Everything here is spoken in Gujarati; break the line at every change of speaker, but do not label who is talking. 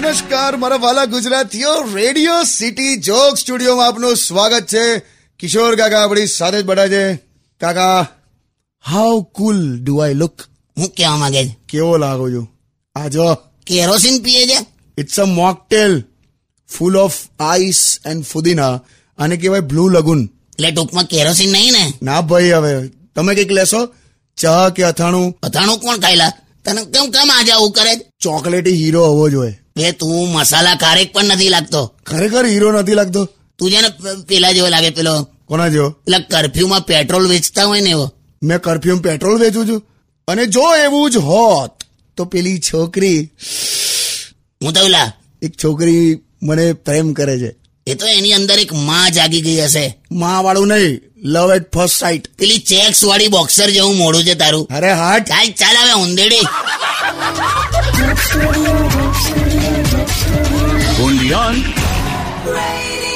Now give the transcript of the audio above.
નમસ્કાર મારા વાલા ગુજરાતીઓ રેડિયો સિટી જોક સ્ટુડિયોમાં આપનું સ્વાગત છે કિશોર કાકા આપણી સાથે જ બધા છે કાકા how cool do I look
હું કહેવા માંગે છે
કેવો લાગો છું આ જો
કેરોસીન પીએ છે
it's a mocktail full of ice and ફુદીના આને કહેવાય બ્લુ લગુન
એટલે ટૂંકમાં કેરોસીન નહીં ને
ના ભાઈ હવે તમે કંઈક લેશો ચા કે અથાણું
અથાણું કોણ ખાયલા તને કેમ કામ આજે આવું કરે છે?
ચોકલેટી હીરો હોવો જોઈએ
બે તું મસાલા કારેક પણ નથી લાગતો
ખરેખર હીરો નથી લાગતો
તું છે ને પ- પેલા જેવો લાગે પેલો
કોના જેવો
પેલા કર્ફ્યુમાં પેટ્રોલ વેચતા હોય ને એવો
મેં કર્ફ્યુમ પેટ્રોલ વેચું છું અને જો એવું જ હોત તો પેલી છોકરી
હું તો પેલા
એક છોકરી મને પ્રેમ કરે છે
એ તો એની અંદર એક માં જાગી ગઈ હશે
માં વાળું નહીં લવ એટ ફર્સ્ટ સાઇટ
પેલી ચેક્સ વાળી બોક્સર જેવું મોડું છે તારું
અરે હાટ
ચાલ ચાલ હવે ઉંદેડી
Undian.
Radio